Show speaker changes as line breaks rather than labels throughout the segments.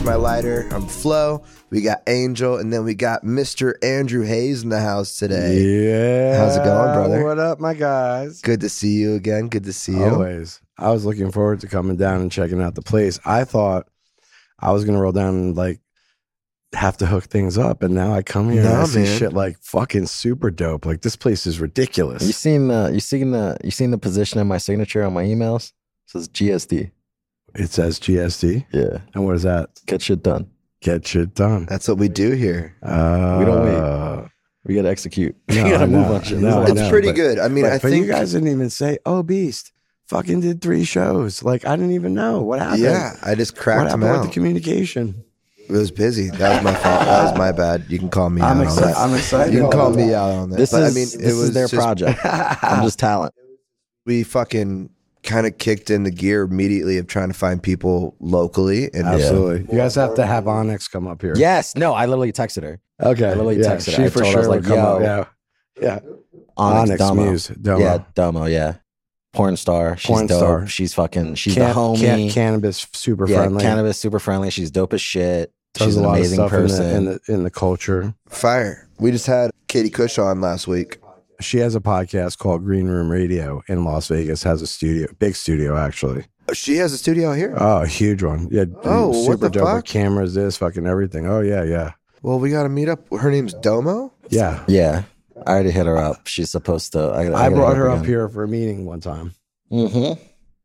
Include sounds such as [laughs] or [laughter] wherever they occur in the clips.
here. I'm Flo. We got Angel, and then we got Mr. Andrew Hayes in the house today.
Yeah.
How's it going, brother?
What up, my guys?
Good to see you again. Good to see you.
Always. I was looking forward to coming down and checking out the place. I thought I was gonna roll down and like have to hook things up, and now I come here and I
Nah,
see
man.
shit like fucking super dope. Like this place is ridiculous.
You seen the you seen the you seen the position of my signature on my emails? It says GSD.
It says GSD,
Yeah,
and what is that?
get shit done.
Get shit done.
That's what we do here.
Uh,
We don't wait. We gotta execute. [laughs]
No,
we gotta
I
move
know,
on shit.
I know, I
There's a lot
it's
of-
know,
pretty
but-
good. I mean,
but,
I
but
think
you guys didn't even say, "Oh, Beast, fucking did three shows." Like I didn't even know what happened.
yeah, I just
what
cracked him
happened with
out.
the communication?
it was busy. That was my fault. That was my bad. You can call me
I'm
out
excited.
on
I'm
that.
excited.
You can call me out on that.
This
But,
is
I mean,
this
it was
is their
just-
project.
[laughs]
uh, I'm just talent.
we fucking kind of kicked in the gear immediately of trying to find people locally and
Absolutely. You guys have to have Onyx come up here.
Yes. No. I literally texted her.
Okay.
I literally
yeah,
texted her.
She
I
for
told her, I
sure
was
would
like,
come up.
yo.
Yeah. Yeah.
Onyx, Domo.
Muse. Domo.
Yeah. Domo. Yeah. Porn star. She's
Porn
dope.
star.
She's fucking. She's
Can-
the homie.
can- cannabis super
yeah.
friendly.
Cannabis super friendly. She's dope as shit.
Does
she's
a
an
lot
amazing
of stuff in the-
person.
In, the, in, the, culture.
fire. We just had Katie Cush on last week.
She has a podcast called Green Room Radio in Las Vegas, has a studio, big studio actually.
She has a studio here.
Oh, a huge one. Yeah.
Oh, what
super
the
dope with
fuck?
cameras, this, fucking everything. Oh, yeah, yeah.
Well, we got to meet up. Her name's Domo.
Yeah.
yeah. I already hit her up. She's supposed to. I,
I, brought her up here for a meeting one time.
Mm-hmm.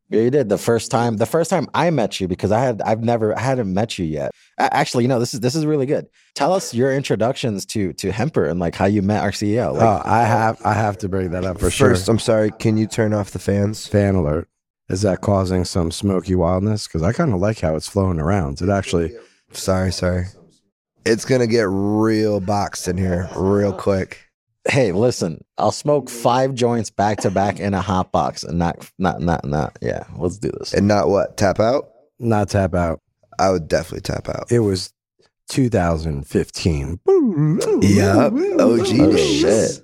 Yeah, you did the first time. The first time I met you because I had I've never I hadn't met you yet. A- Actually, you know this is this is really good. Tell us your introductions to to Hemper and like how you met our CEO. Like,
oh, I have I have to bring that up for sure.
First, I'm sorry. Can you turn off the fans?
fan alert. Is that causing some smoky wildness? Because I kind of like how it's flowing around. It actually,
Sorry, sorry. It's gonna get real boxed in here real quick.
hey, listen, I'll smoke five joints back to back in a hot box and not not not not. Yeah, let's do this.
And not what tap out.
not tap out.
I would definitely tap out.
It was 2015.
Yup. OG
Oh
days.
shit!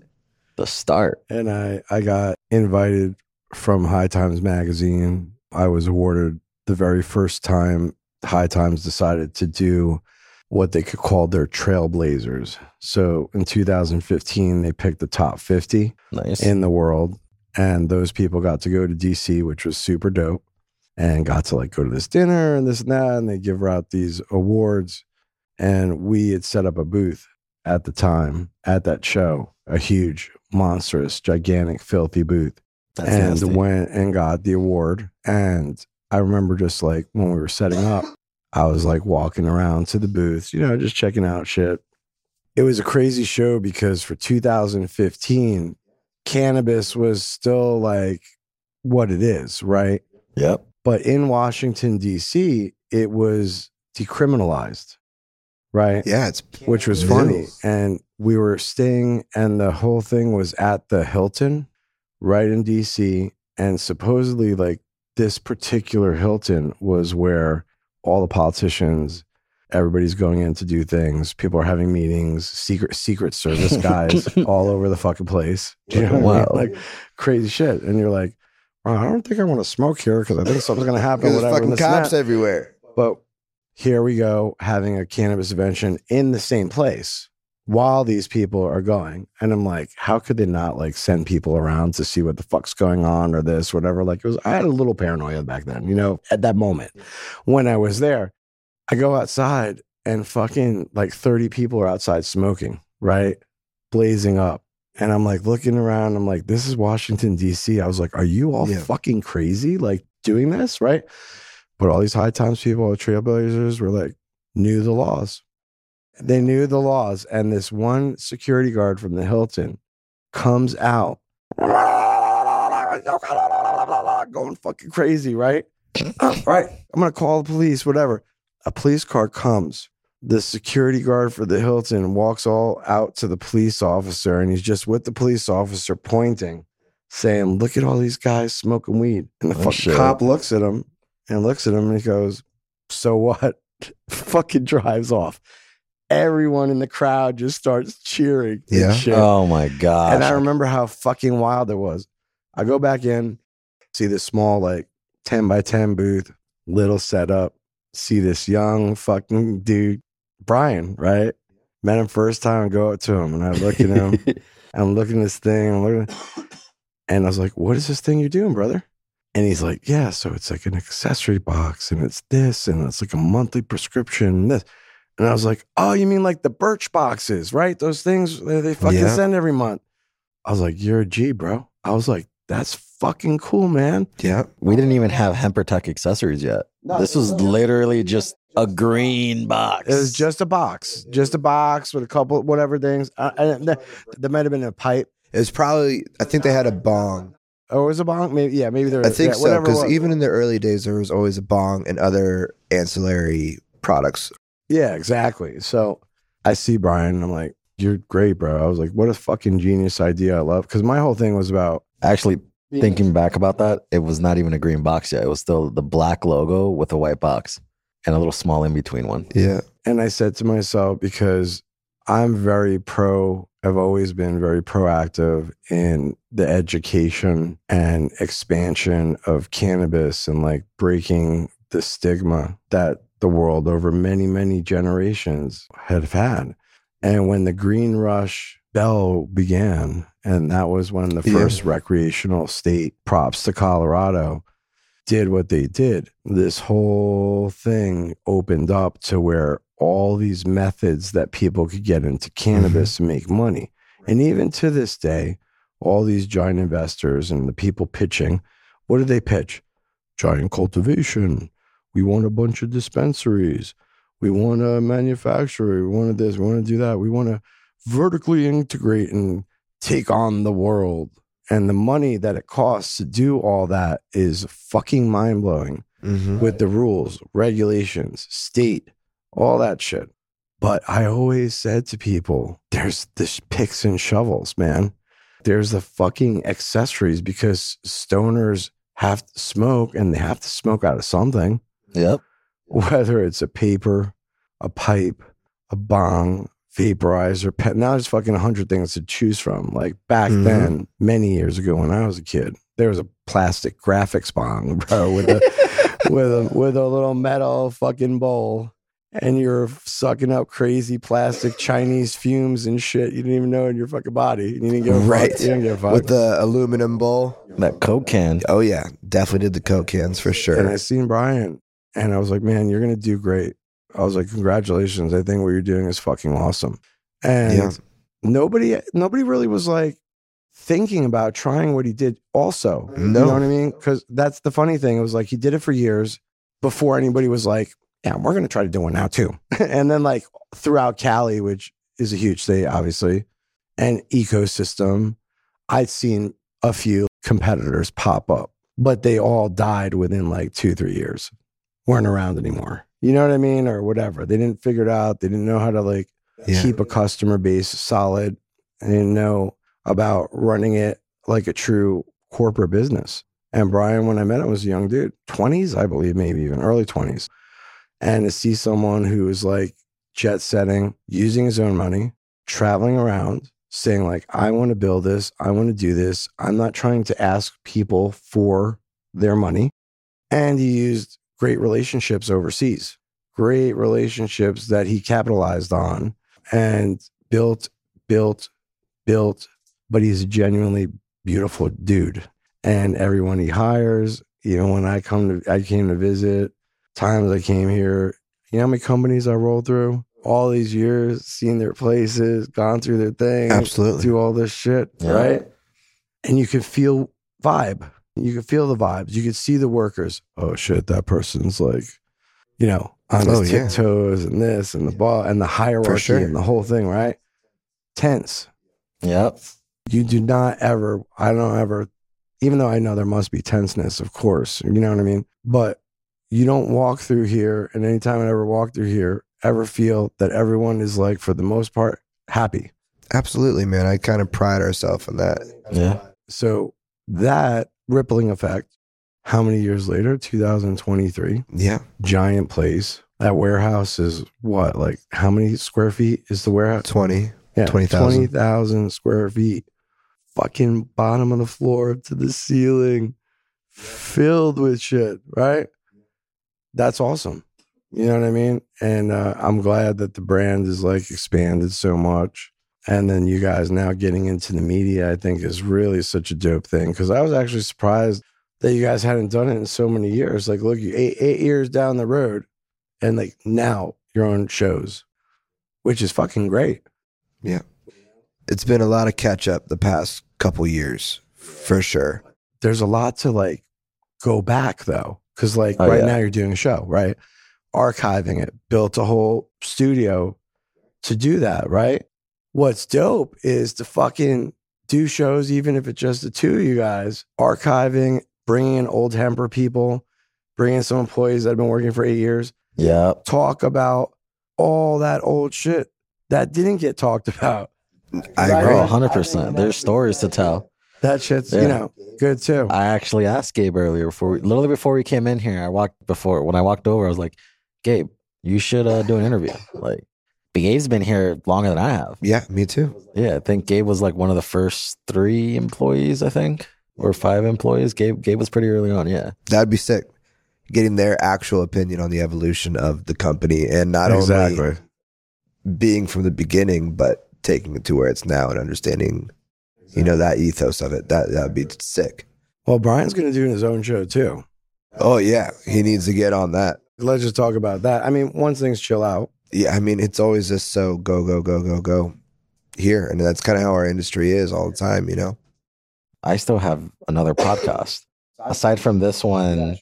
The start.
And I, I got invited from High Times Magazine. I was awarded the very first time High Times decided to do what they could call their trailblazers. So in 2015, they picked the top 50.
Nice.
in the world. And those people got to go to DC, which was super dope, and got to like go to this dinner and this and that. And they give out these awards. And we had set up a booth at the time at that show, a huge, monstrous, gigantic, filthy booth
That's
and
nasty.
went and got the award. And I remember just like when we were setting up, I was like walking around to the booth, you know, just checking out shit. It was a crazy show because for 2015, cannabis was still like what it is, right?
Yep.
But in Washington, D.C., it was decriminalized, right?
Yeah, it's
which was
Yeah.
funny. And we were staying, and the whole thing was at the Hilton, right in DC. And supposedly, like this particular Hilton was where all the politicians, everybody's going in to do things. People are having meetings. Secret Secret Service guys all over the fucking place. [laughs] Do you know what I mean?
Wow.
Like crazy shit. And you're like, "Wow, I don't think I want to smoke here because I think something's gonna happen.
there's
whatever,
fucking
this and
cops
that."
everywhere.
But here we go having a cannabis invention in the same place while these people are going. And I'm like, how could they not like send people around to see what the fuck's going on or this, whatever? Like it was I had a little paranoia back then, you know, at that moment when I was there. I go outside and fucking like 30 people are outside smoking, right? Blazing up. And I'm like looking around, I'm like, this is Washington, DC. I was like, are you all
Yeah.
fucking crazy? Like doing this, right? But all these high times people, all the trailblazers were like, knew the laws. They knew the laws. And this one security guard from the Hilton comes out [laughs] going fucking crazy, right? Uh, right. I'm going to call the police, whatever. A police car comes. The security guard for the Hilton walks all out to the police officer and he's just with the police officer pointing, saying, Look at all these guys smoking weed. And the
Oh,
fucking
shit.
cop looks at him and looks at him and he goes, So what? [laughs] fucking drives off. Everyone in the crowd just starts cheering. and
Yeah.
shit.
Oh my god.
And I remember how fucking wild it was. I go back in, see this small, like 10 by 10 booth, little setup, see this young fucking dude, Brian, right? Met him first time, go up to him, and I look
[laughs]
at him. I'm looking at this thing, I'm
[coughs]
looking, and I was like, "What is this thing you're doing, brother?" And he's like, "Yeah, so it's like an accessory box, and it's this, and it's like a monthly prescription, and this." And I was like, "Oh, you mean like the Birch boxes, right? Those things that they fucking
Yeah.
send every month." I was like, "You're a G, bro." I was like, "That's fucking cool, man."
Yeah.
we didn't even have Hemper Tech accessories yet. this was literally just a green box.
It was just a box, just a box with a couple whatever things. Uh, and th- there might have been a pipe
It was probably, I think they had a bong.
or was it a bong. Maybe yeah, maybe there.
I think
yeah,
so.
whatever it
Because
was.
even in the early days, there was always a bong and other ancillary products.
Yeah, exactly. So I see Brian and I'm like, you're great, bro. I was like, what a fucking genius idea. I love because my whole thing was about
actually thinking back about that. It was not even a green box yet. It was still the black logo with a white box and a little small in between one.
Yeah.
And I said to myself, because I'm very pro, I've always been very proactive in the education and expansion of cannabis and like breaking the stigma that the world over many, many generations had had. And when the green rush bell began, and that was when the
Yeah.
first recreational state props to Colorado did what they did, this whole thing opened up to where all these methods that people could get into cannabis and make money. And even to this day, all these giant investors and the people pitching, what do they pitch? Giant cultivation. We want a bunch of dispensaries. We want a manufacturer. We want to this. We want to do that. We want to vertically integrate and take on the world. And the money that it costs to do all that is fucking mind blowing
Mm-hmm.
with the rules, regulations, state, all that shit. But I always said to people, there's this picks and shovels, man. There's the fucking accessories because stoners have to smoke and they have to smoke out of something,
Yep.
whether it's a paper, a pipe, a bong, vaporizer, pen. Now there's fucking 100 things to choose from. Like back
Mhm.
then, many years ago when I was a kid, there was a plastic graphics bong, [laughs] bro, with a with a with a little metal fucking bowl and you're sucking up crazy plastic Chinese fumes and shit you didn't even know in your fucking body. You didn't give a
Right.
fuck. You didn't give a fuck.
With the aluminum bowl.
that Coke can.
Oh, yeah. Definitely did the Coke cans for
and I
sure.
seen Brian and I was like, man, you're gonna do great. I was like, congratulations. I think what you're doing is fucking awesome. And
Yeah.
nobody nobody really was like thinking about trying what he did also. You
No.
know what I mean? Because that's the funny thing. It was like he did it for years before anybody was like, yeah, we're going to try to do one now too. [laughs] and then like throughout Cali, which is a huge state, obviously, and ecosystem, I'd seen a few competitors pop up, but they all died within like two, three years, weren't around anymore. You know what I mean? Or whatever. They didn't figure it out. They didn't know how to like
Yeah.
keep a customer base solid and know about running it like a true corporate business. And Brian, when I met him, was a young dude, 20s, I believe, maybe even early 20s. And to see someone who was like jet setting, using his own money, traveling around, saying, like, I want to build this, I want to do this. I'm not trying to ask people for their money. And he used great relationships overseas, great relationships that he capitalized on and built, built, built. But he's a genuinely beautiful dude, and everyone he hires, even when I come to, I came to visit, times I came here, you know how many companies I rolled through all these years, seen their places, gone through their things,
Absolutely.
do all this shit,
Yeah.
right? And you could feel vibe. You could feel the vibes. You could see the workers. Oh shit, that person's like, you know, on his
Oh, yeah.
tiptoes and this and the ball and the hierarchy
sure.
and the whole thing, right? Tense.
Yep.
You do not ever, I don't ever, even though I know there must be tenseness, of course, you know what I mean? But you don't walk through here, and anytime I ever walk through here, ever feel that everyone is like, for the most part, happy.
Absolutely, man. I kind of pride ourselves on that.
Yeah.
So that rippling effect, how many years later? 2023,
Yeah.
giant place. That warehouse is what? Like how many square feet is the warehouse?
20.
Yeah,
20,000.
20,000 square feet. Fucking bottom of the floor to the ceiling, filled with shit, right? That's awesome. You know what I mean? And uh, I'm glad that the brand is like expanded so much. And then you guys now getting into the media, I think is really such a dope thing. Cause I was actually surprised that you guys hadn't done it in so many years. Like, look, you eight, eight years down the road and like now your own shows, which is fucking great.
It's been a lot of catch up the past couple years, for sure.
there's a lot to like go back though because like
Oh,
right
yeah.
now you're doing a show right archiving it built a whole studio to do that right what's dope is to fucking do shows even if it's just the two of you guys archiving bringing in old hemper people bringing in some employees that have been working for eight years
Yeah.
talk about all that old shit that didn't get talked [laughs] about
I
Right.
agree.
Bro, 100%. There's stories to tell.
that shit's
Yeah.
you know good too
I actually asked Gabe earlier before we, literally before we came in here. I walked before when I walked over, I was like, Gabe, you should uh, do an interview. Like, but Gabe's been here longer than I have.
Yeah, me too.
Yeah, I think Gabe was like one of the first three employees, I think, or five employees. Gabe Gabe was pretty early on. Yeah,
That'd be sick. Getting their actual opinion on the evolution of the company and not only being from the beginning, but taking it to where it's now and understanding, you know, that ethos of it. That that'd be sick.
well brian's gonna do his own show too
Oh yeah, he needs to get on that.
Let's just talk about that. I mean, once things chill out,
Yeah, I mean, it's always just so go go go go go here, and that's kind of how our industry is all the time. You know,
I still have another podcast. Aside from
Oh
this one,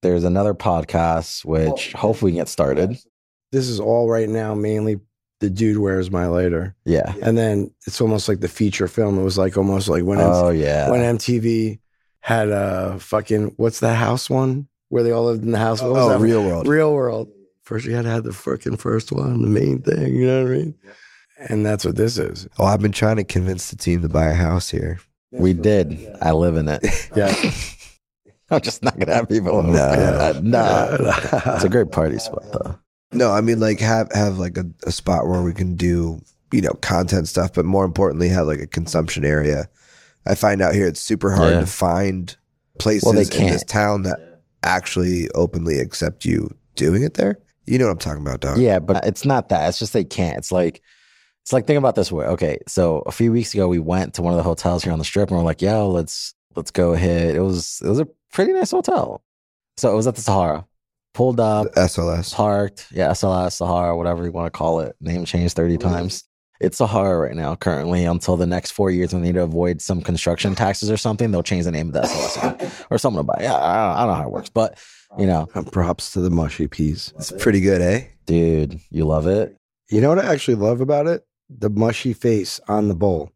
there's another podcast which hopefully we can get started.
this is all right now mainly the dude wears my later.
Yeah.
And then it's almost like the feature film. It was like almost like when
Oh yeah.
when MTV had a fucking what's that house one where they all lived in the house. What was that?
Oh, real world.
Real world. First you had to have the freaking first one, the main thing, you know what I mean? And that's what this is.
Oh, I've been trying to convince the team to buy a house here.
We did. I live in it. [laughs]
Yeah.
I'm just not gonna have people. No,
Yeah. [laughs]
[laughs] no. It's a great party spot though.
No, I mean like have have like a, a spot where we can do you know content stuff, but more importantly, have like a consumption area. I find out here it's super hard
Yeah.
to find places
Well, they
in this
can't.
town that actually openly accept you doing it there. You know what I'm talking about, dog?
Yeah, but it's not that. It's just they can't. It's like it's like think about it this way. Okay, so a few weeks ago we went to one of the hotels here on the strip and we're like, yo, let's let's go hit. It was it was a pretty nice hotel. So it was at the Sahara. Pulled up,
SLS.
parked, yeah, SLS, Sahara, whatever you want to call it. Name changed 30 times. It's Sahara right now, currently, until the next four years when they need to avoid some construction taxes or something, they'll change the name of the SLS again. or something about it. Yeah, I don't, I don't know how it works, but you know,
Props to the mushy peas.
It's pretty good, eh?
dude, you love it.
You know what I actually love about it? The mushy face on the bowl.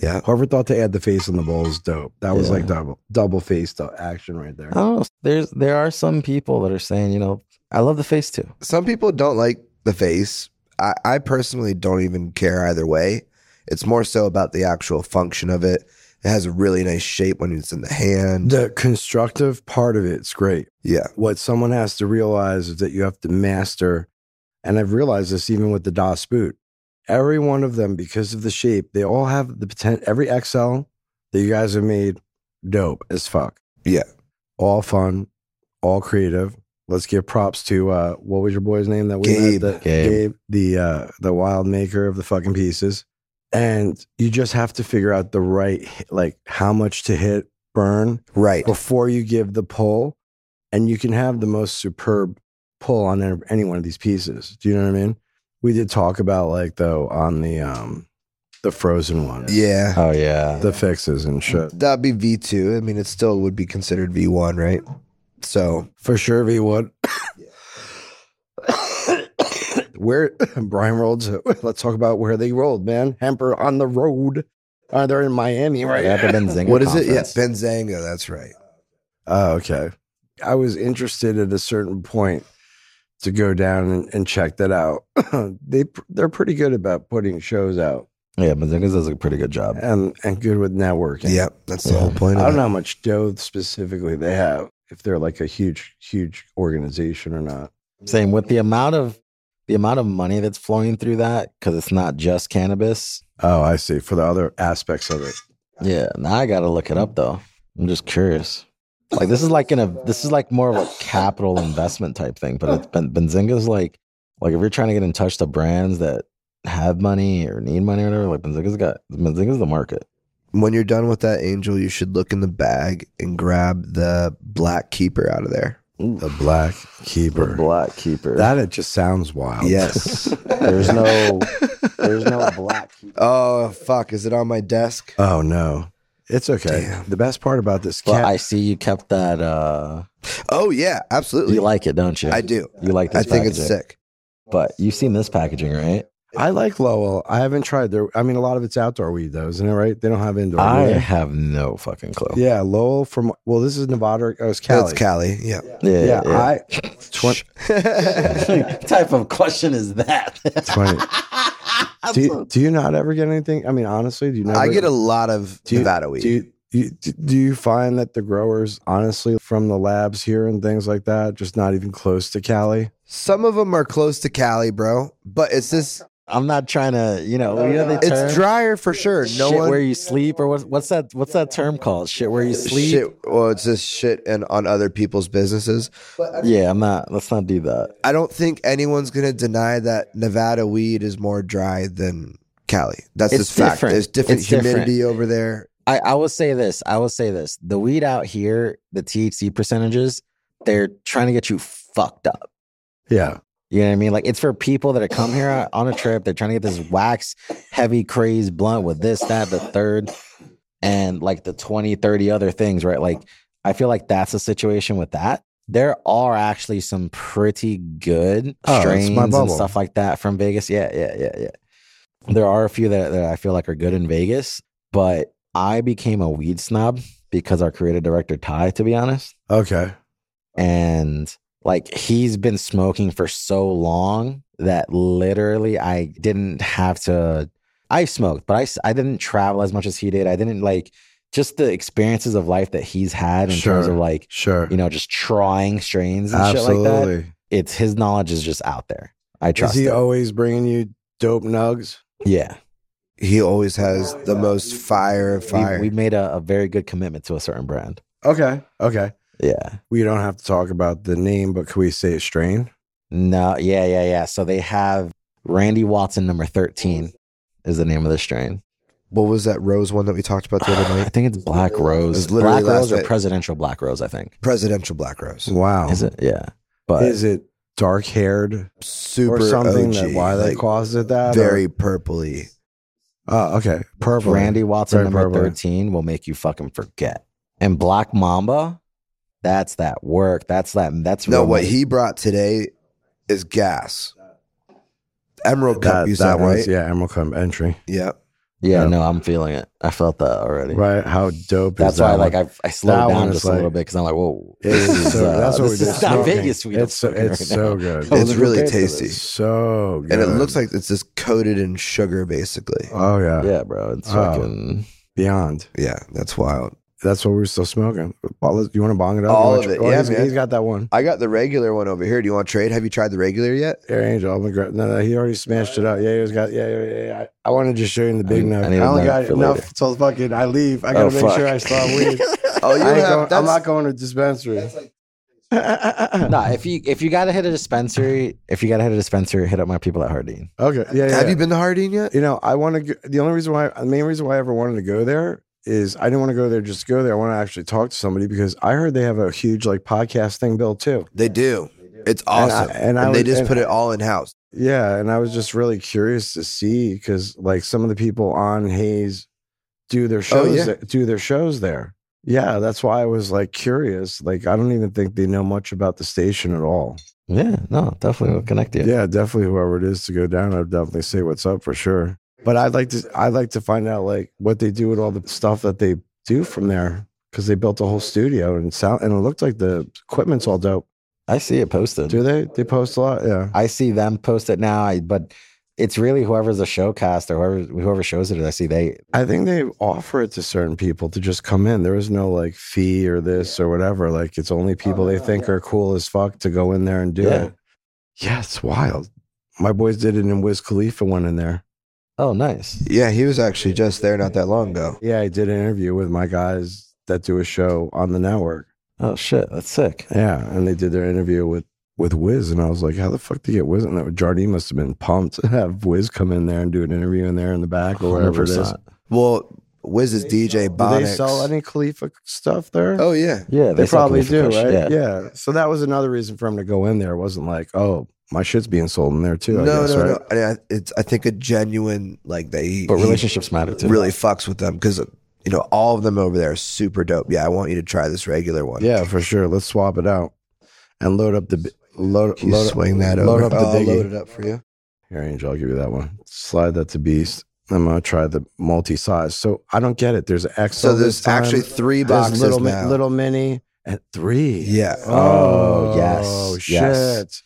Yeah.
Whoever thought to add the face on the bowl is dope. That was
Yeah.
like double double face do- action right there.
I don't know. Oh, There's there are some people that are saying, you know, I love the face too.
Some people don't like the face. I, I personally don't even care either way. It's more so about the actual function of it. It has a really nice shape when it's in the hand.
The constructive part of it's great.
Yeah.
What someone has to realize is that you have to master, and I've realized this even with the Das boot. Every one of them, because of the shape, they all have the potential. Every XL that you guys have made, dope as fuck.
Yeah.
all fun, all creative. Let's give props to uh, what was your boy's name that we met?
Gabe.
The,
Gabe.
the uh, the wild maker of the fucking pieces. And you just have to figure out the right, hit- like how much to hit, burn
Right.
before you give the pull, and you can have the most superb pull on any- any one of these pieces. Do you know what I mean? We did talk about like though on the um the frozen one,
Yeah.
Oh yeah.
the fixes and shit.
That'd be V two. I mean, it still would be considered V one, right?
[coughs]
So
For sure, V would. [coughs] where [coughs] Brian rolled. to- [coughs] Let's talk about where they rolled, man. Hemper on the road. Uh, they're in Miami, right?
Yeah, the Benzinga
what is it? Yes,
conference.
Benzanga. That's right.
Oh, okay. I was interested at a certain point to go down and, and check that out. [coughs] they they're pretty good about putting shows out
Yeah, Benzinga does a pretty good job.
and and good with networking.
Yep, that's the
Yeah.
whole point.
I
Of
don't know
it.
how much dough specifically they have. If they're like a huge huge organization or not.
Same with the amount of the amount of money that's flowing through that because it's not just cannabis.
Oh, I see. For the other aspects of it.
Yeah, now I gotta look it up though. I'm just curious. Like this is like in a this is like more of a capital investment type thing. But it's been Benzinga's like like if you're trying to get in touch to brands that have money or need money or whatever, like Benzinga's got Benzinga's the market.
When you're done with that angel, you should look in the bag and grab the black keeper out of there.
The black keeper.
The black keeper.
That it just sounds wild. [laughs]
Yes.
there's no there's no black keeper.
[laughs] oh fuck! Is it on my desk?
Oh no. It's okay.
Damn.
The best part about this
Well,
cat
I see you kept that uh
Oh yeah, absolutely.
you like it, don't you?
I do.
You like
I
this
think it's
packaging.
sick.
But you've seen this packaging, right?
I like Lowell. I haven't tried their. I mean, a lot of it's outdoor weed, though, isn't it? Right? They don't have
Oh,
indoor.
I
do they?
have no fucking clue.
Yeah, Lowell from. Well, this is Nevada. Oh, it's Cali.
That's Cali. Yeah.
Yeah,
Yeah,
[laughs]
yeah.
I. 20,
What type of question is that? [laughs]
20.
I'm
Do you,
so-
do you not ever get anything? I mean, honestly, do you never?
I get a lot of
Do you-
Nevada weed.
Do you, you, do you find that the growers, honestly, from the labs here and things like that, just not even close to Cali?
Some of them are close to Cali, bro. But it's this.
I'm not trying to, you know, you know the term?
It's drier for sure. No
shit
one.
where you sleep, or what, what's that? What's that term called? Shit where you sleep.
Shit. Well, it's just shit and on other people's businesses.
Yeah, I'm not. Let's not do that.
I don't think anyone's gonna deny that Nevada weed is more dry than Cali. That's
It's
just fact.
different.
There's different
It's different.
humidity over there.
I, I will say this. I will say this. The weed out here, the THC percentages, they're trying to get you fucked up.
Yeah.
You know what I mean? Like it's for people that are
[laughs]
come here on a trip. They're trying to get this wax, heavy, craze blunt with this, that, the third, and like the 20, 30 other things, right? Like I feel like that's the situation with that. There are actually some pretty good
Oh, it's my
strains and
bubble.
stuff like that from Vegas. Yeah, yeah, yeah, yeah. There are a few that, that I feel like are good in Vegas, but I became a weed snob because our creative director, Ty, to be honest
Okay.
and like he's been smoking for so long that literally I didn't have to. I smoked, but I, s- I didn't travel as much as he did. I didn't like just the experiences of life that he's had in terms
Sure.
of like,
Sure.
you know, just trying strains and shit like that.
Absolutely.
It's his knowledge is just out there. I
Is
trust
he
it.
always bringing you dope nugs?
yeah.
He always has the most fire of fire.
We, we made a, a very good commitment to a certain brand.
Okay. Okay.
Yeah.
We don't have to talk about the name, but can we say strain?
No, yeah, yeah, yeah. So they have Randy Watson number 13 is the name of the strain.
what was that rose one that we talked [sighs] about the other
I
night?
think it's Black Rose.
It's literally
Black
last
Rose or
night.
presidential Black Rose, I think.
Presidential black rose.
Wow.
Is it? Yeah. But
Is it dark haired
Super
or something?
OG,
That why they
like,
caused it that? or-
very purpley.
Oh, okay. Purple.
Randy Watson
Very
number
purple.
13 will make you fucking forget. And Black Mamba, that's that work. That's that. That's
No,
real
what
money.
he brought today is gas. Emerald Cup,
That,
you
that
said,
one's
right? Yeah.
yeah, Emerald Cup entry.
Yeah,
Yeah.
no, I'm feeling it. I felt that already.
Right? How dope
That's
is that?
why, like,
one?
I I slowed
That one
down
is
just a
like-
little bit because I'm like, whoa,
It is so,
uh,
that's what we
this
did.
is not
smoking.
Vegas. weed I'm
It's so,
smoking
it's
right now.
so good.
I
It's
wasn't
really
prepared for
tasty.
this.
so good.
And it looks like it's just coated in sugar, basically.
Oh yeah.
Yeah, bro, it's
Oh.
fucking. [laughs]
Beyond.
Yeah, that's wild.
That's what we were still smoking. Well, let's- You want to bong it up?
All
You wanna
of
tr-
it.
oh,
Yeah,
he's-
man.
he's got that one.
I got the regular one over here. Do you want to trade? Have you tried the regular yet?
Air Angel. I'm gonna grab. No, no, he already smashed it up. Yeah, he's got. Yeah, yeah, yeah. yeah. I, I want to just show you the big
I-
note.
I
I,
need a
only
nug
got
for
enough
later.
till fucking I leave. I gotta
Oh,
make
fuck.
sure I still
[laughs]
have weed.
Oh, you
[laughs] I
have.
ain't going, I'm not
that's,
going to dispensary.
nah, if you if you gotta hit a dispensary, if you gotta hit a dispensary, hit up my people at Hardin.
[laughs] okay. Yeah. yeah,
have
yeah.
you been to Hardin yet?
you know, I want to. Go, the only reason why, the main reason why I ever wanted to go there is I didn't want to go there just to go there. I want to actually talk to somebody because I heard they have a huge like podcast thing built too.
They do. It's awesome.
And, I,
And,
and I
they
was-
just
and-
put it all in house.
Yeah, and I was just really curious to see because like some of the people on Hayes do their shows
Oh, yeah.
th- do their shows there. Yeah, that's why I was like curious. Like I don't even think they know much about the station at all.
Yeah, no, definitely will connect you.
Yeah, definitely whoever it is to go down, I'd definitely say what's up for sure. But I'd like to I'd like to find out like what they do with all the stuff that they do from there because they built a whole studio and sound and it looked like the equipment's all dope.
I see it posted.
Do they? They post a lot. Yeah.
I see them post it now, I, but it's really whoever's the showcast or whoever whoever shows it. I see they.
I think they offer it to certain people to just come in. There is no like fee or this or whatever. Like it's only people they think are cool as fuck to go in there and do
Yeah.
it. Yeah, it's wild. My boys did it in Wiz Khalifa went in there.
Oh, nice.
Yeah, he was actually just there not that long ago.
Yeah, I did an interview with my guys that do a show on the network.
Oh shit, that's sick.
Yeah, and they did their interview with with Wiz, and I was like, "How the fuck do you get Wiz?" And that Jardine must have been pumped to have Wiz come in there and do an interview in there in the back or whatever it is.
100%.
Well, Wiz is DJ
Do they
Bonix.
sell any Khalifa stuff there?
Oh yeah,
Yeah,
they,
sell
probably do,
Khalifa Kush,
right? Yeah. So that was another reason for him to go in there. It wasn't like, oh, my shit's being sold in there too. I
no,
guess,
no,
right?
no. I, I- it's I think a genuine like they
But
he
relationships matter too.
really fucks with them because you know all of them over there are super dope. Yeah, I want you to try this regular one.
Yeah, for sure. Let's swap it out and load up the bi- load.
Can you
load up-
swing that
load
over.
Up the
I'll
biggie.
load it up for you.
Here, Angel, I'll give you that one. Slide that to Beast. I'm gonna try the multi-size. So I don't get it. There's an XL.
So
this
there's
time.
actually three
There's
boxes
little, mi-
now.
little mini and three.
yeah.
Oh, yes,
Oh shit.
yes.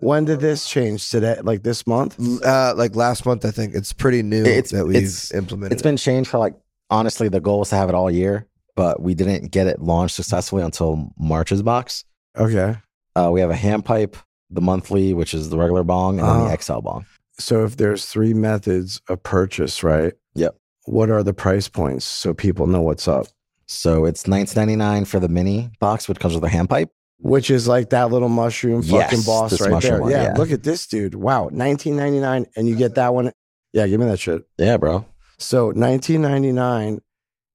When did this change today? Like this month?
Uh, like last month, I think it's pretty new
It's-
that we've
it's-
implemented.
It's been changed for like honestly, the goal was to have it all year, but we didn't get it launched successfully until March's box.
Okay.
Uh, we have a hand pipe, the monthly, which is the regular bong, and then
Ah.
the XL bong.
So if there's three methods of purchase, right?
Yep.
What are the price points so people know what's up?
So it's nineteen ninety nine for the mini box, which comes with a hand pipe.
Which is like that little mushroom fucking
Yes,
boss
this
right
mushroom
there.
one,
yeah,
yeah.
Look at this dude. Wow. 19.99 and you get that one. Yeah, give me that shit.
Yeah, bro.
So 19.99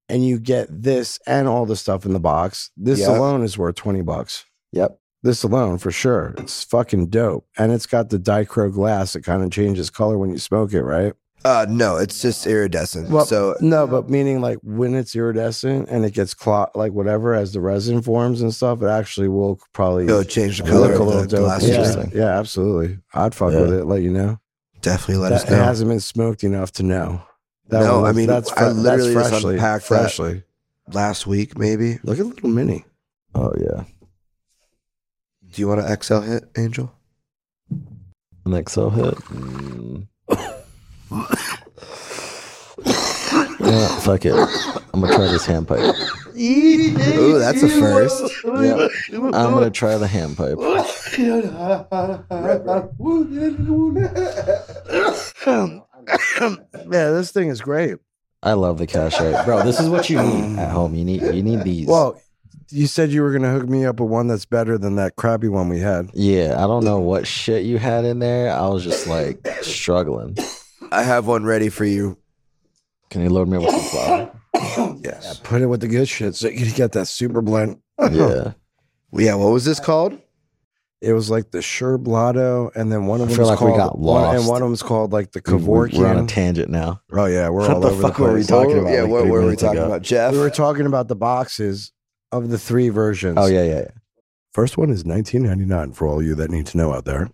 and you get this and all the stuff in the box. This
Yeah.
alone is worth 20 bucks.
Yep.
This alone for sure. It's fucking dope. And it's got the dichro glass that kind of changes color when you smoke it, right?
uh, no, it's just iridescent.
Well,
so
No, but meaning like when it's iridescent and it gets clot, like whatever, as the resin forms and stuff, it actually will probably
go change the
look
color
a
of
little
the
dope.
glass.
Yeah,
Interesting.
yeah, absolutely. I'd fuck
Yeah.
with it. Let you know.
Definitely let
That,
us
it
know.
hasn't been smoked enough to know. That
No,
one-
I mean, I
fre-
literally just unpacked that.
freshly.
last week, maybe.
Look at little mini.
Oh yeah.
Do you want an XL hit, Angel?
An XL hit. Mm. yeah, fuck it. I'm gonna try this hand pipe.
Ooh, that's a first.
Yep. I'm gonna try the hand pipe.
Yeah, this thing is great.
I love the cash out, bro. This is what you need at home. You need you need these.
Well, you said you were gonna hook me up with one that's better than that crappy one we had.
yeah, I don't know what shit you had in there. I was just like struggling.
I have one ready for you.
Can you load me up with some
[laughs]
flour?
Yes.
Put it with the good shit so you get that super blend.
Yeah,
Yeah. What was this called?
It was like the Sherblado, and then one of
I
them
feel
was
like we
called,
got
One, and
lost.
one of them's called like the
We- We're on a
Kevorkian.
tangent now.
oh yeah, we're
What
all
the
over
fuck
the
were
place.
talking
What were-
about,
Yeah.
like,
what
three
were we
minutes
talking
ago.
about, Jeff?
We were talking about the boxes of the three versions.
Oh yeah, yeah. yeah.
First one is 19.99 for all you that need to know out there.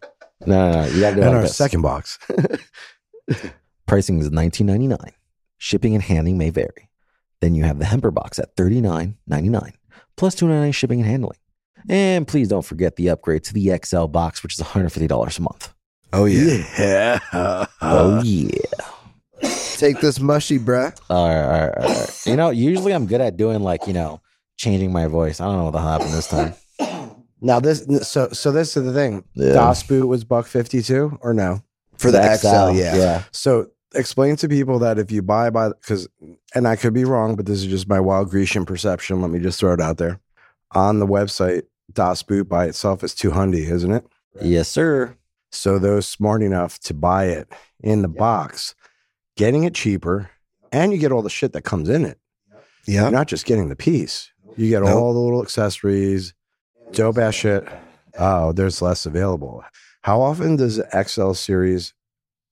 No, no, no. You gotta do it
and
like
our
this.
second box.
pricing is nineteen ninety nine. Shipping and handling may vary. Then you have the Hemper box at thirty nine ninety nine plus two ninety nine shipping and handling. And please don't forget the upgrade to the XL box, which is one hundred fifty dollars a month.
Oh yeah. Uh.
oh yeah.
[laughs] Take this mushy, bruh.
All right, all right, all right. You know, usually I'm good at doing like you know changing my voice. I don't know what the happened this
[laughs]
time.
Now this, so so this is the thing.
Yeah.
Das Boot was buck fifty two or no?
For the, XL, yeah.
yeah.
So explain to people that if you buy by because, and I could be wrong, but this is just my wild Grecian perception. Let me just throw it out there. On the website, Das Boot by itself is two hundred, isn't it?
Yes, sir.
So those smart enough to buy it in the box, getting it cheaper, and you get all the shit that comes in it.
Yeah.
You're not just getting the piece. You get
Nope.
all the little accessories, dope ass shit. Oh, there's less available. How often does the XL series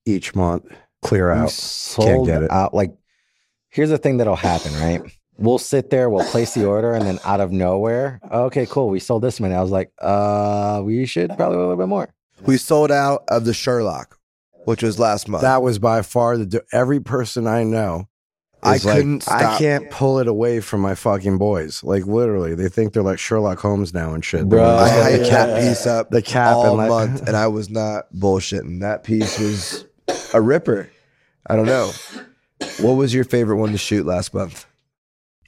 each month clear
You
out?
sold
get it.
out. Like, here's the thing that'll happen, right? We'll sit there, we'll place the order, and then out of nowhere, okay, cool, we sold this many. I was like, uh, we should probably a little bit more.
We sold out of the Sherlock, which was last month.
That was by far the do- every person I know.
I
is like,
couldn't
I
stop.
can't pull it away from my fucking boys. Like literally, they think they're like Sherlock Holmes now and shit.
Bro.
I
They're
had
[laughs] like,
a
Yeah.
cat piece up
the cap
all
and like,
month, and I was not bullshitting. That piece was a ripper. I don't know. What was your favorite one to shoot last month?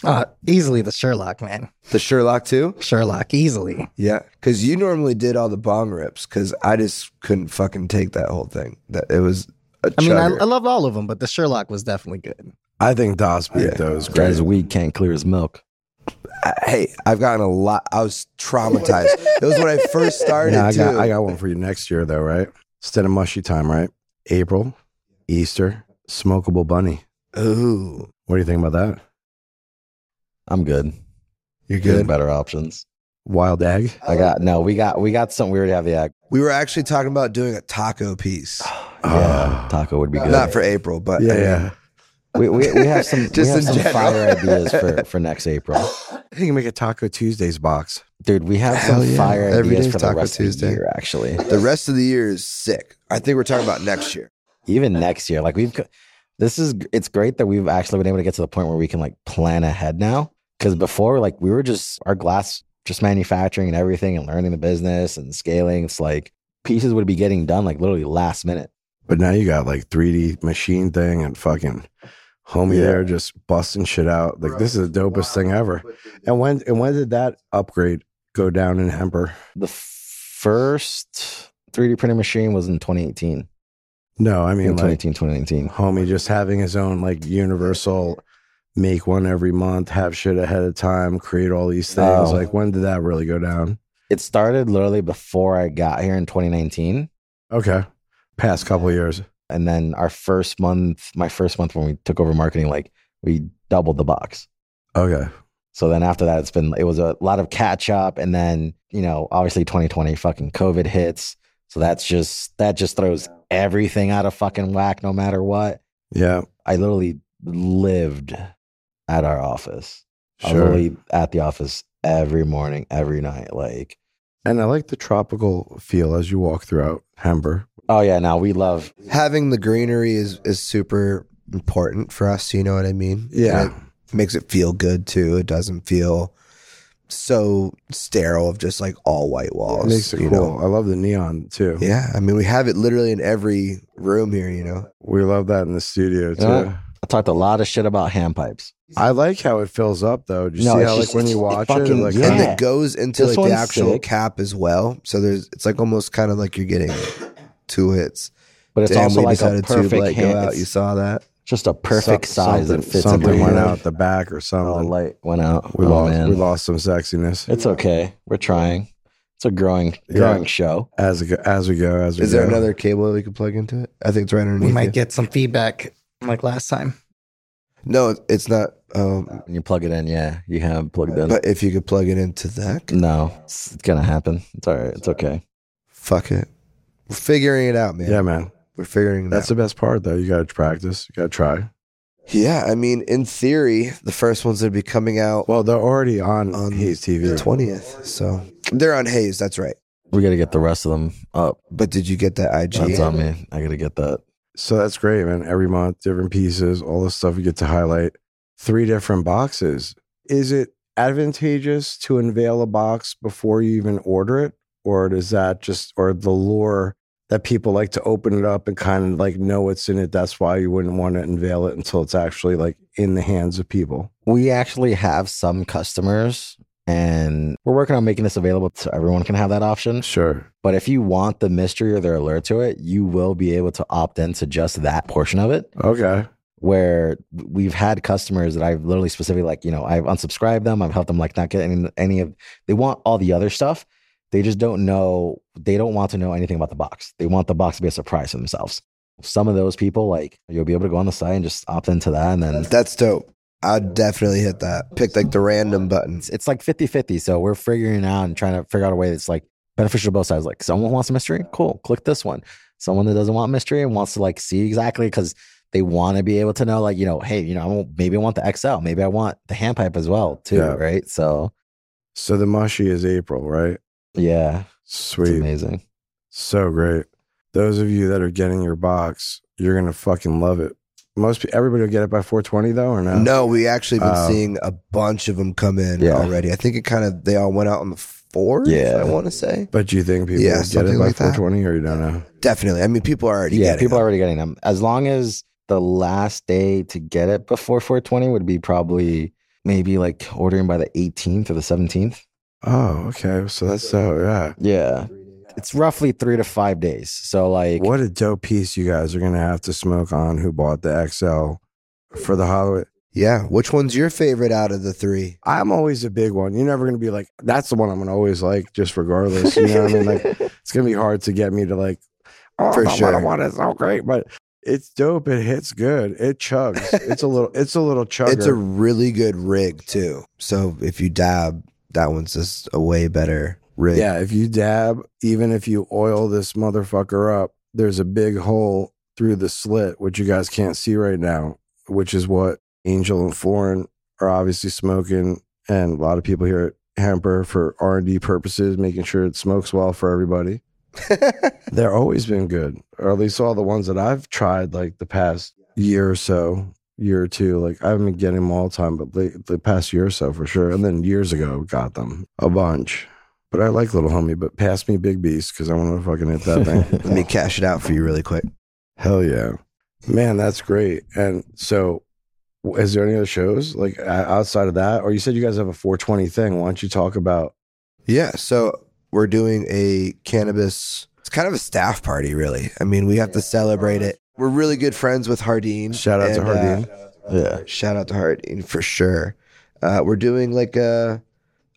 Uh, easily the Sherlock, man.
The Sherlock too?
Sherlock, easily.
Yeah, because you normally did all the bong rips. Because I just couldn't fucking take that whole thing. That it was. A
I mean, I,
chugger.
I love all of them, but the Sherlock was definitely good.
[laughs] I think Das Boot
Yeah.
though is
Guy's
great.
weed can't clear his milk.
I, hey, I've gotten a lot. I was traumatized. it was when I first started.
Yeah, I, got,
too.
I got one for you next year, though, right? Instead of mushy time, right? April, Easter, smokable bunny.
Ooh,
What do you think about that?
I'm good.
you're
There's
good.
better options.
Wild egg.
I got no. We got we got something. We already have the egg.
We were actually talking about doing a taco piece,
Ah.
yeah, taco would be good.
not for April, but
Yeah,
I mean,
Uh, yeah.
we, we, we have
[laughs]
some,
Just
we have
in
some
general.
fire
[laughs]
ideas for, for next April.
I think you make a Taco Tuesdays box.
Dude, we have
Hell
some
yeah.
fire
Every
ideas
day's
for the
Taco
rest of
Tuesday.
the year, actually.
The rest of the year is sick. I think we're talking about next year.
Even next year. Like we've co- this is it's great that we've actually been able to get to the point where we can like plan ahead now. Cause before, like we were just our glass just manufacturing and everything and learning the business and scaling. It's like pieces would be getting done like literally last minute.
But now you got like 3D machine thing and fucking homie
Yeah.
there just busting shit out. Like this is the dopest thing ever. And when and when did that upgrade go down in Hemper?
The first 3D printing machine was in 2018.
No, I
I mean,
mean like
2018, 2019.
homie just having his own like universal make one every month, have shit ahead of time, create all these things.
Oh.
Like when did that really go down?
It started literally before I got here in 2019.
Okay. Past couple years.
and then our first month my first month when we took over marketing like we doubled the box
Okay.
so then after that it's been it was a lot of catch up and then you know obviously 2020 fucking covid hits so that's just that just throws everything out of fucking whack no matter what
Yeah.
i literally lived at our office i was
Sure.
literally at the office every morning every night like
And I like the tropical feel as you walk throughout Hemper.
oh yeah now we love
Having the greenery is is super important for us. You know what I mean? And it makes it feel good too. It doesn't feel so sterile of just like all white walls.
makes it
you
cool.
know?
I love the neon too.
Yeah, I mean, we have it literally in every room here. You know,
We love that in the studio too.
Yeah. i talked a lot of shit about hand pipes
I like how it fills up though. Do you
No,
see
it's
how
just-
like when you
it
watch it,
fucking-
like
and
Yeah.
it goes into
This
like the
one's
actual
sick.
cap as well. So there's, it's like almost kind of like you're getting two hits.
but it's
Damn,
also
we
like
just had
a
tube
perfect
light go
hand
out.
it's
You saw that?
just a perfect
some-
size that
something,
fits
something
every
went
hand.
out the back or
Oh,
something.
light went out.
we
Oh,
lost
man.
we lost some sexiness
It's okay. We're trying. It's a growing,
Yeah.
growing show.
as we go, as we go. As we
Is there
go.
another cable we could plug into it? I think it's right underneath.
We might
you.
get some feedback like last time.
No, it's not. Um,
When you plug it in, yeah, you have it plugged in.
but if you could plug it into that,
no, it's gonna happen. It's all right. It's okay.
fuck it. We're figuring it out, man.
Yeah, man.
We're figuring it
That's
out.
the best part though. You got to practice. You got to try.
yeah, I mean, in theory, the first one's going to be coming out
Well, they're already on,
On
Hayes
the
TV.
20th. So they're on Hayes. That's right.
We gotta get the rest of them up.
But did you get that IG?
That's um, on me. I gotta get that.
So that's great, man. Every month, different pieces, all the stuff we get to highlight. Three different boxes. Is it advantageous to unveil a box before you even order it? Or does that just, or the lure that people like to open it up and kind of like know what's in it? That's why you wouldn't want to unveil it until it's actually like in the hands of people.
We actually have some customers, and we're working on making this available so everyone can have that option.
Sure.
But if you want the mystery or the alert to it, you will be able to opt into just that portion of it.
Okay.
where we've had customers that I've literally specifically like, you know, I've unsubscribed them, I've helped them like not get any, any of they want all the other stuff. They just don't know, they don't want to know anything about the box. They want the box to be a surprise for themselves. Some of those people, like you'll be able to go on the site and just opt into that. And then
That's dope. I'd definitely hit that. Pick like the random button.
it's, it's like 50 50. So we're figuring out and trying to figure out a way that's like beneficial to both sides. Like someone wants a mystery, cool, click this one. Someone that doesn't want mystery and wants to like see exactly because they want to be able to know, like, you know, hey, you know, I won't, maybe I want the XL, maybe I want the hand pipe as well, too,
Yeah.
right? So
So the mushy is April, right?
yeah, it's
Sweet.
amazing.
So great. Those of you that are getting your box, you're going to fucking love it. Most pe- everybody will get it by 420 though, or no?
No, we actually been
Oh.
seeing a bunch of them come in
Yeah.
already. I think it kind of they all went out on the fourth.
Yeah.
I want to say
But do you think people
Yeah,
will get it
something
by
like that.
420 or you don't know?
definitely. I mean, people are already
yeah,
getting
people
them.
are already getting them. As long as the last day to get it before 420 would be probably maybe like ordering by the 18th or the 17th.
Oh, okay. So that's so, yeah.
Yeah. It's roughly three to five days. So, like, [laughs]
What a dope piece you guys are going to have to smoke on who bought the XL for the Halloween.
Yeah. Which one's your favorite out of the three?
I'm always a big one. You're never going to be like, that's the one I'm going to always like, just regardless. You know what I mean? Like, it's going to be hard to get me to like, oh,
For
For sure.
sure.
I don't want it. It's not great, but it's dope. It hits good. It chugs. It's a
[laughs]
little, it's a little chugger.
It's a really good rig too. So if you dab, that one's just a way better rig. [laughs]
yeah. If you dab, even if you oil this motherfucker up, there's a big hole through the slit, which you guys can't see right now, which is what Angel and Florin are obviously smoking, and a lot of people here at Hamper for R and D purposes, making sure it smokes well for everybody. They're always been good, or at least all the ones that I've tried like the past year or so, year or two. Like I haven't been getting them all the time, but the, the past year or so for sure. And then years ago, got them a bunch. But I like Little Homie, but pass me Big Beast because I want to fucking hit that thing.
[laughs] Let me cash it out for you really quick.
Hell yeah. Man, that's great. And so, w- is there any other shows like o- outside of that? Or you said you guys have a 420 thing. Why don't you talk about
Yeah. So we're doing a cannabis. It's kind of a staff party, really. I mean, we have to celebrate it. We're really good friends with Hardeen.
shout out
and,
to
uh,
Hardin?
Yeah.
Shout out to Hardin for sure. Uh, we're doing like a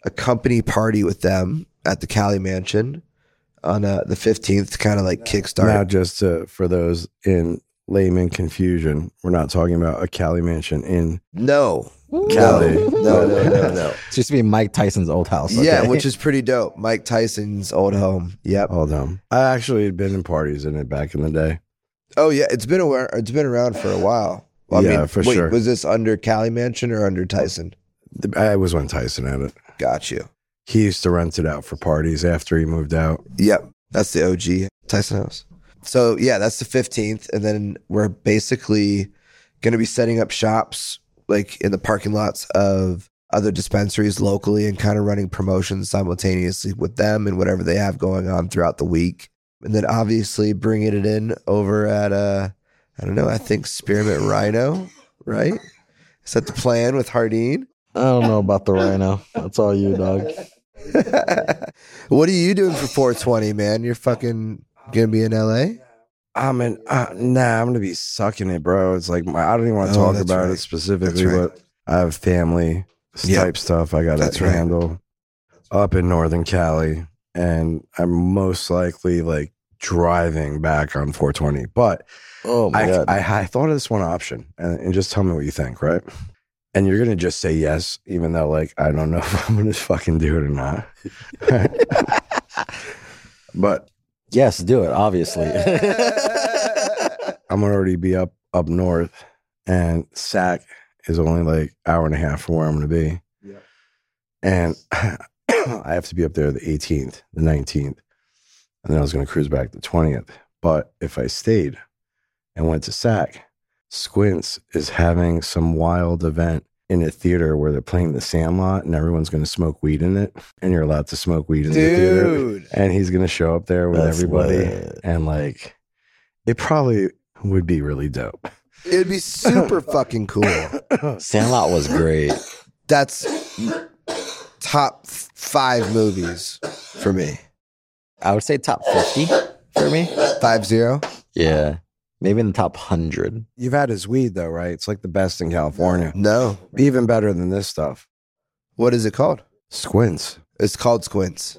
a company party with them at the Cali Mansion on uh, the fifteenth to kind of like kickstart.
Now, just to, for those in layman confusion, we're not talking about a Cali mansion in
no,
Cali.
no, no, no, no, [laughs] no.
It used to be Mike Tyson's old house.
Yeah,
okay?
which is pretty dope. Mike Tyson's old home. Yep.
Hold on. I actually had been in parties in it back in the day.
Oh yeah, it's been aware. It's been around for a while. I
Yeah, for
wait,
sure.
Was this under Cali Mansion or under Tyson?
The- I was when Tyson had it.
Got you.
He used to rent it out for parties after he moved out.
Yep. That's the OG Tyson House. So yeah, that's the 15th. And then we're basically going to be setting up shops like in the parking lots of other dispensaries locally and kind of running promotions simultaneously with them and whatever they have going on throughout the week. And then obviously bringing it in over at, uh, I don't know, I think Spearmint Rhino, right? Is that the plan with Hardeen?
[laughs]
[laughs]
I don't know about the rhino. That's all you, dog.
what are you doing for 420, man? You're fucking going to be in LA?
I'm in, uh, nah, I'm going to be sucking it, bro. It's like, my, I don't even want
Oh,
to talk
that's
about it
right. That's
specifically,
right.
but I have family
Yeah.
type stuff I got
That's
to
right.
handle up in Northern Cali. And I'm most likely like driving back on 420. But
Oh my
I,
god.
I, I thought of this one option and, and just tell me what you think, right? And you're going to just say yes, even though, like, I don't know [laughs] if I'm going to fucking do it or
[laughs]
not. [laughs] but
yes, do it.
[laughs]
Obviously.
I'm going to already be up up north, and SAC is only like hour and a half from where I'm going to be. And [coughs] I have to be up there the 18th, the 19th. And then I was going to cruise back the 20th. But if I stayed and went to SAC, Squints is having some wild event in a theater where they're playing the Sandlot and everyone's going to smoke weed in it. And you're allowed to smoke weed in the theater.
Dude.
And he's going to show up there with
That's
everybody.
lit.
And like, it probably would be really dope.
It'd be super fucking cool.
Sandlot was great.
That's top f- five movies for me.
I would say top fifty for me.
Five zero.
Yeah. Maybe in the top hundred.
You've had his weed though, right? It's like the best in California.
No.
Even better than this stuff.
What is it called?
Squints.
It's called Squints.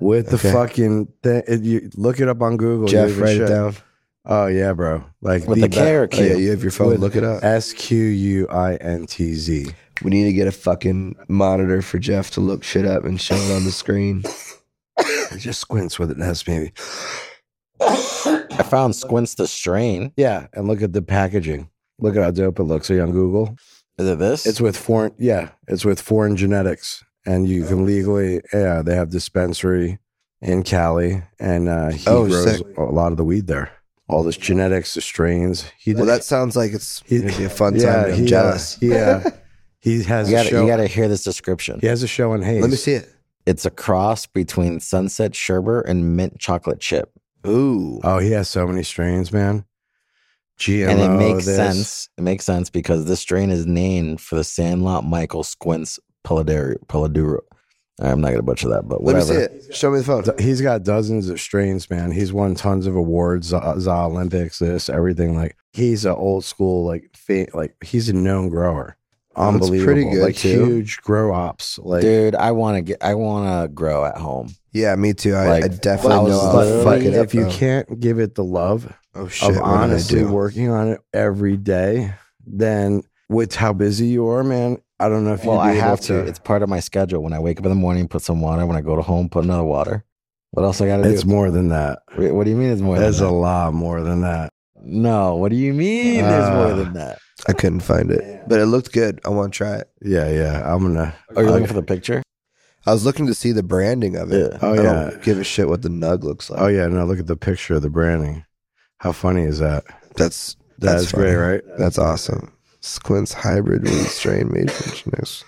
With the
Okay.
fucking thing. It, you, look it up on Google.
Jeff,
you give a
write it
shit.
down.
Oh, yeah, bro. Like
With the K or
Oh, yeah,
Q.
you have your phone.
With-
Look it up.
S Q U I N T Z.
We need to get a fucking monitor for Jeff to look shit up and show it on the [laughs] screen.
Just squints with an S, maybe.
I found Squints the Strain.
Yeah. And look at the packaging. Look at how dope it looks. Are you on Google?
Is it this?
It's with foreign, yeah, it's with foreign genetics, and you can legally, yeah, they have dispensary in Cali, and uh, he
Oh,
grows
sick.
a lot of the weed there. All this genetics, the strains. He
Well, that sounds like it's
he-
gonna be a fun time. I'm
he, uh,
jealous. [laughs]
he, uh, he has
you
a
gotta,
show.
you gotta hear this description.
he has a show in Hayes.
Let me see it.
It's a cross between sunset sherbet and mint chocolate chip.
Ooh.
Oh, he has so many strains, man. GMO,
and it makes
this.
sense. It makes sense because this strain is named for the Sandlot Michael Squints Polidari- Poliduro. I'm not gonna butcher that, but
Let me
whatever.
see it. Show me the phone.
Do- He's got dozens of strains, man. He's won tons of awards, uh, Za Olympics, this, everything. Like he's an old school, like fa- like he's a known grower.
pretty
unbelievable.
good,
like
too.
huge grow ops. Like
Dude, I want to get. I want to grow at home.
Yeah, me too. I,
Like,
I
I
definitely
was
know.
I'll
but
I'll fuck
fucking
it up,
if you
though.
can't give it the love
oh shit,
of
what
honestly
did I do?
working on it every day, then with how busy you are, man, I don't know if
well,
you'd
I
be able
have to. It's part of my schedule. When I wake up in the morning, put some water. When I go to home, put another water. What else I got to do?
It's more than that.
Wait, What do you mean it's more
There's
than
a lot more than that.
that? No, what do you mean there's
Uh,
more than that?
I couldn't find it, but it looked good. I want to try it.
Yeah, yeah. I'm gonna.
Are you
okay.
looking for the picture?
I was looking to see the branding of it.
Oh
I
yeah.
don't give a shit what the nug looks like.
Oh yeah. No, look at the picture of the branding. How funny is that?
That's that's,
That's great,
right?
right?
That's awesome. Squint's hybrid wheat strain made from genetics.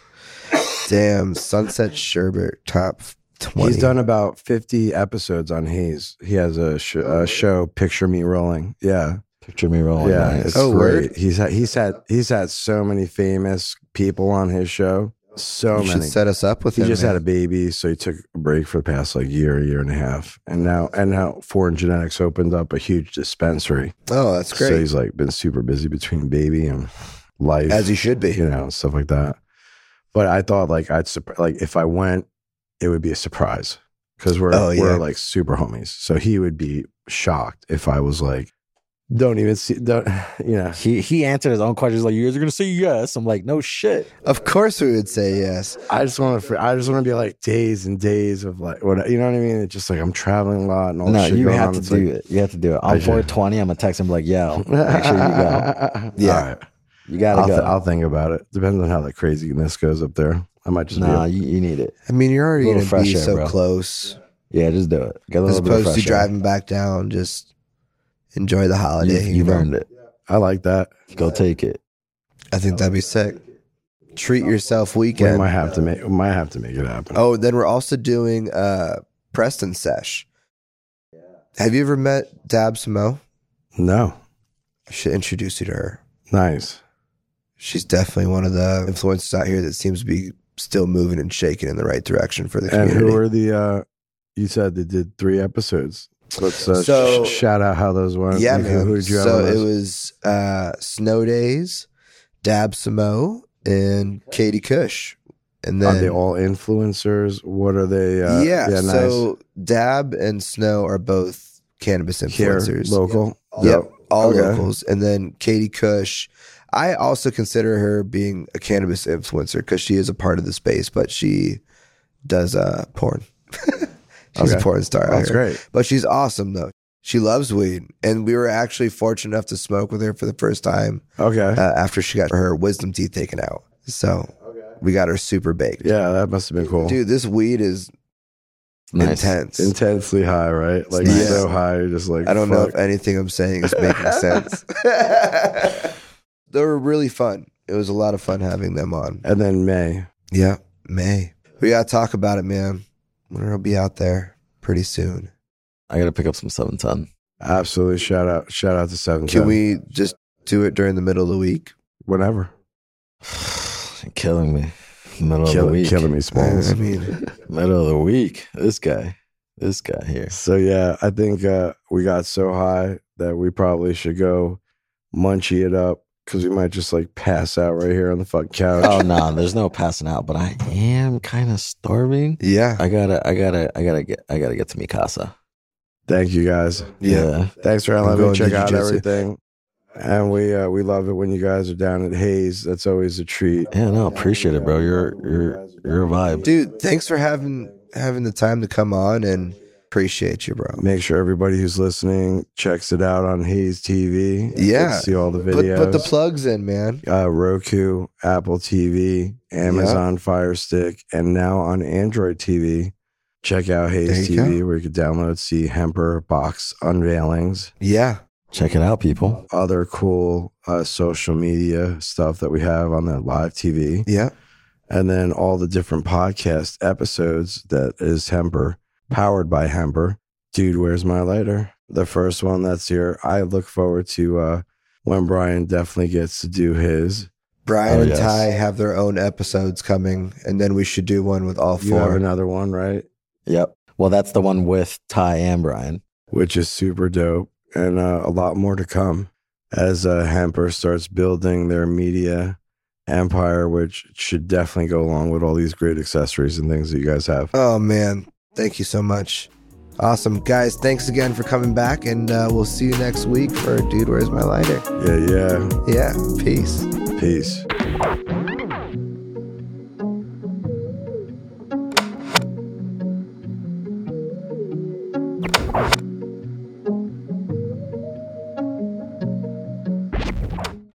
Damn, Sunset Sherbert top twenty.
He's done about 50 episodes on Haze. He has a, sh- a show, Picture Me Rolling. Yeah.
Picture me rolling.
yeah.
nice.
It's
Oh,
great.
word?
He's had, he's had he's had so many famous people on his show. So
You should
many.
set us up with
He
him.
just
man.
had a baby, so he took a break for the past like year, year and a half. And now and now Foreign Genetics opened up a huge dispensary.
oh, that's
So
great.
he's like been super busy between baby and life.
As he should be.
you know, stuff like that. But I thought like I'd surp- like if I went, it would be a surprise because we're
Oh, yeah.
we're like super homies. So he would be shocked if I was like, don't even see, don't [sighs] you know?
He he answered his own questions like you guys are gonna say yes. I'm like, no shit.
Of course, we would say yes.
I just want to, I just want to be like days and days of like what you know what I mean. It's just like I'm traveling a lot and all.
no,
this Oh, shit
you
going
have
on.
to
It's
do it. You have to do it. On
I should.
420, I'm gonna text him like, yo,
like,
make sure you go.
[laughs]
Yeah.
All right.
You gotta
I'll, th-
go.
I'll think about it. Depends on how the craziness goes up there. I might just
nah,
be.
you, you need it.
I mean, you're already
Little
going to
fresh
be
air,
so
bro.
close.
Yeah, just do it. Get a
As
little bit of
opposed to
fresh air.
driving back down, just enjoy the
You,
holiday.
you've
know?
earned it.
I like that.
Go take it.
I think that'd be sick. Treat yourself
We
weekend.
might have to make. We might have to make it happen.
Oh, then we're also doing uh Preston Sesh. Have you ever met Dab Samo?
No.
I should introduce you to her.
Nice.
She's definitely one of the influences out here that seems to be still moving and shaking in the right direction for the
And
community.
who are the? uh You said they did three episodes. Let's uh,
So-
sh- shout out how those went.
yeah,
Who-
man.
Who did you have?
so
on
it
those?
was uh, Snow Days, Dab Samo, and Katie Cush. And
Are
then
they all influencers? What are they? Uh,
yeah,
nice.
so Dab and Snow are both cannabis
Here,
influencers.
local.
Yep. All
Okay.
locals. And then Katie Cush. I also consider her being a cannabis influencer because she is a part of the space, but she does uh, porn. [laughs] she's a
Okay.
porn star. out
That's
here.
great.
But she's awesome, though. She loves weed. And we were actually fortunate enough to smoke with her for the first time
Okay.
uh, after she got her wisdom teeth taken out. So we got her super baked.
yeah, that must have been cool.
Dude, this weed is
Nice.
intense.
Intensely high, right? Like
nice.
so high, you're just like
I don't know
fuck.
if anything I'm saying is
[laughs]
making sense. they were really fun. It was a lot of fun having them on.
And then May.
Yeah, May. We gotta talk about it, man. Winter will be out there pretty soon.
I gotta pick up some seven ton.
Absolutely. Shout out. Shout out to Seven.
Can we just do it during the middle of the week?
Whenever.
[sighs] killing me. Middle of the
Killing,
week.
killing me,
I,
Smalls.
I mean,
Middle of the week. This guy. This guy here.
So yeah, I think uh, we got so high that we probably should go munchie it up because we might just like pass out right here on the fucking couch.
Oh no, there's no passing out, but I am kind of starving.
yeah,
I gotta, I gotta, I gotta get, I gotta get to Mikasa.
Thank you guys.
yeah.
Thanks for letting
going
me
to
check out
jujitsu.
everything. And we uh, we love it when you guys are down at Hayes. That's always a treat.
Yeah, no, appreciate it, bro. You're, you're, you're a vibe.
Dude, thanks for having having the time to come on and appreciate you, bro.
Make sure everybody who's listening checks it out on Hayes TV.
Yeah.
see all the
Put,
videos.
put the plugs in, man.
uh, Roku, Apple TV, Amazon Fire Stick, and now on Android TV. Check out Hayes
There you
TV where you can download, see Hemper box unveilings,
Yeah,
Check it out, people.
other cool uh, social media stuff that we have on the live TV,
yeah.
and then all the different podcast episodes that is Hemper, powered by Hemper. Dude, where's my lighter? The first one that's here. I look forward to uh, when Brian definitely gets to do his.
Brian
Oh,
and
yes.
Ty have their own episodes coming, and then we should do one with all
You have
four.
another one, right?
Yep. Well, that's the one with Ty and Brian.
which is super dope, and uh, a lot more to come as uh, Hamper starts building their media empire, which should definitely go along with all these great accessories and things that you guys have.
Oh man, thank you so much. Awesome guys, thanks again for coming back, and uh, we'll see you next week for Dude, Where's My Lighter?
Yeah, yeah.
Yeah, peace.
Peace.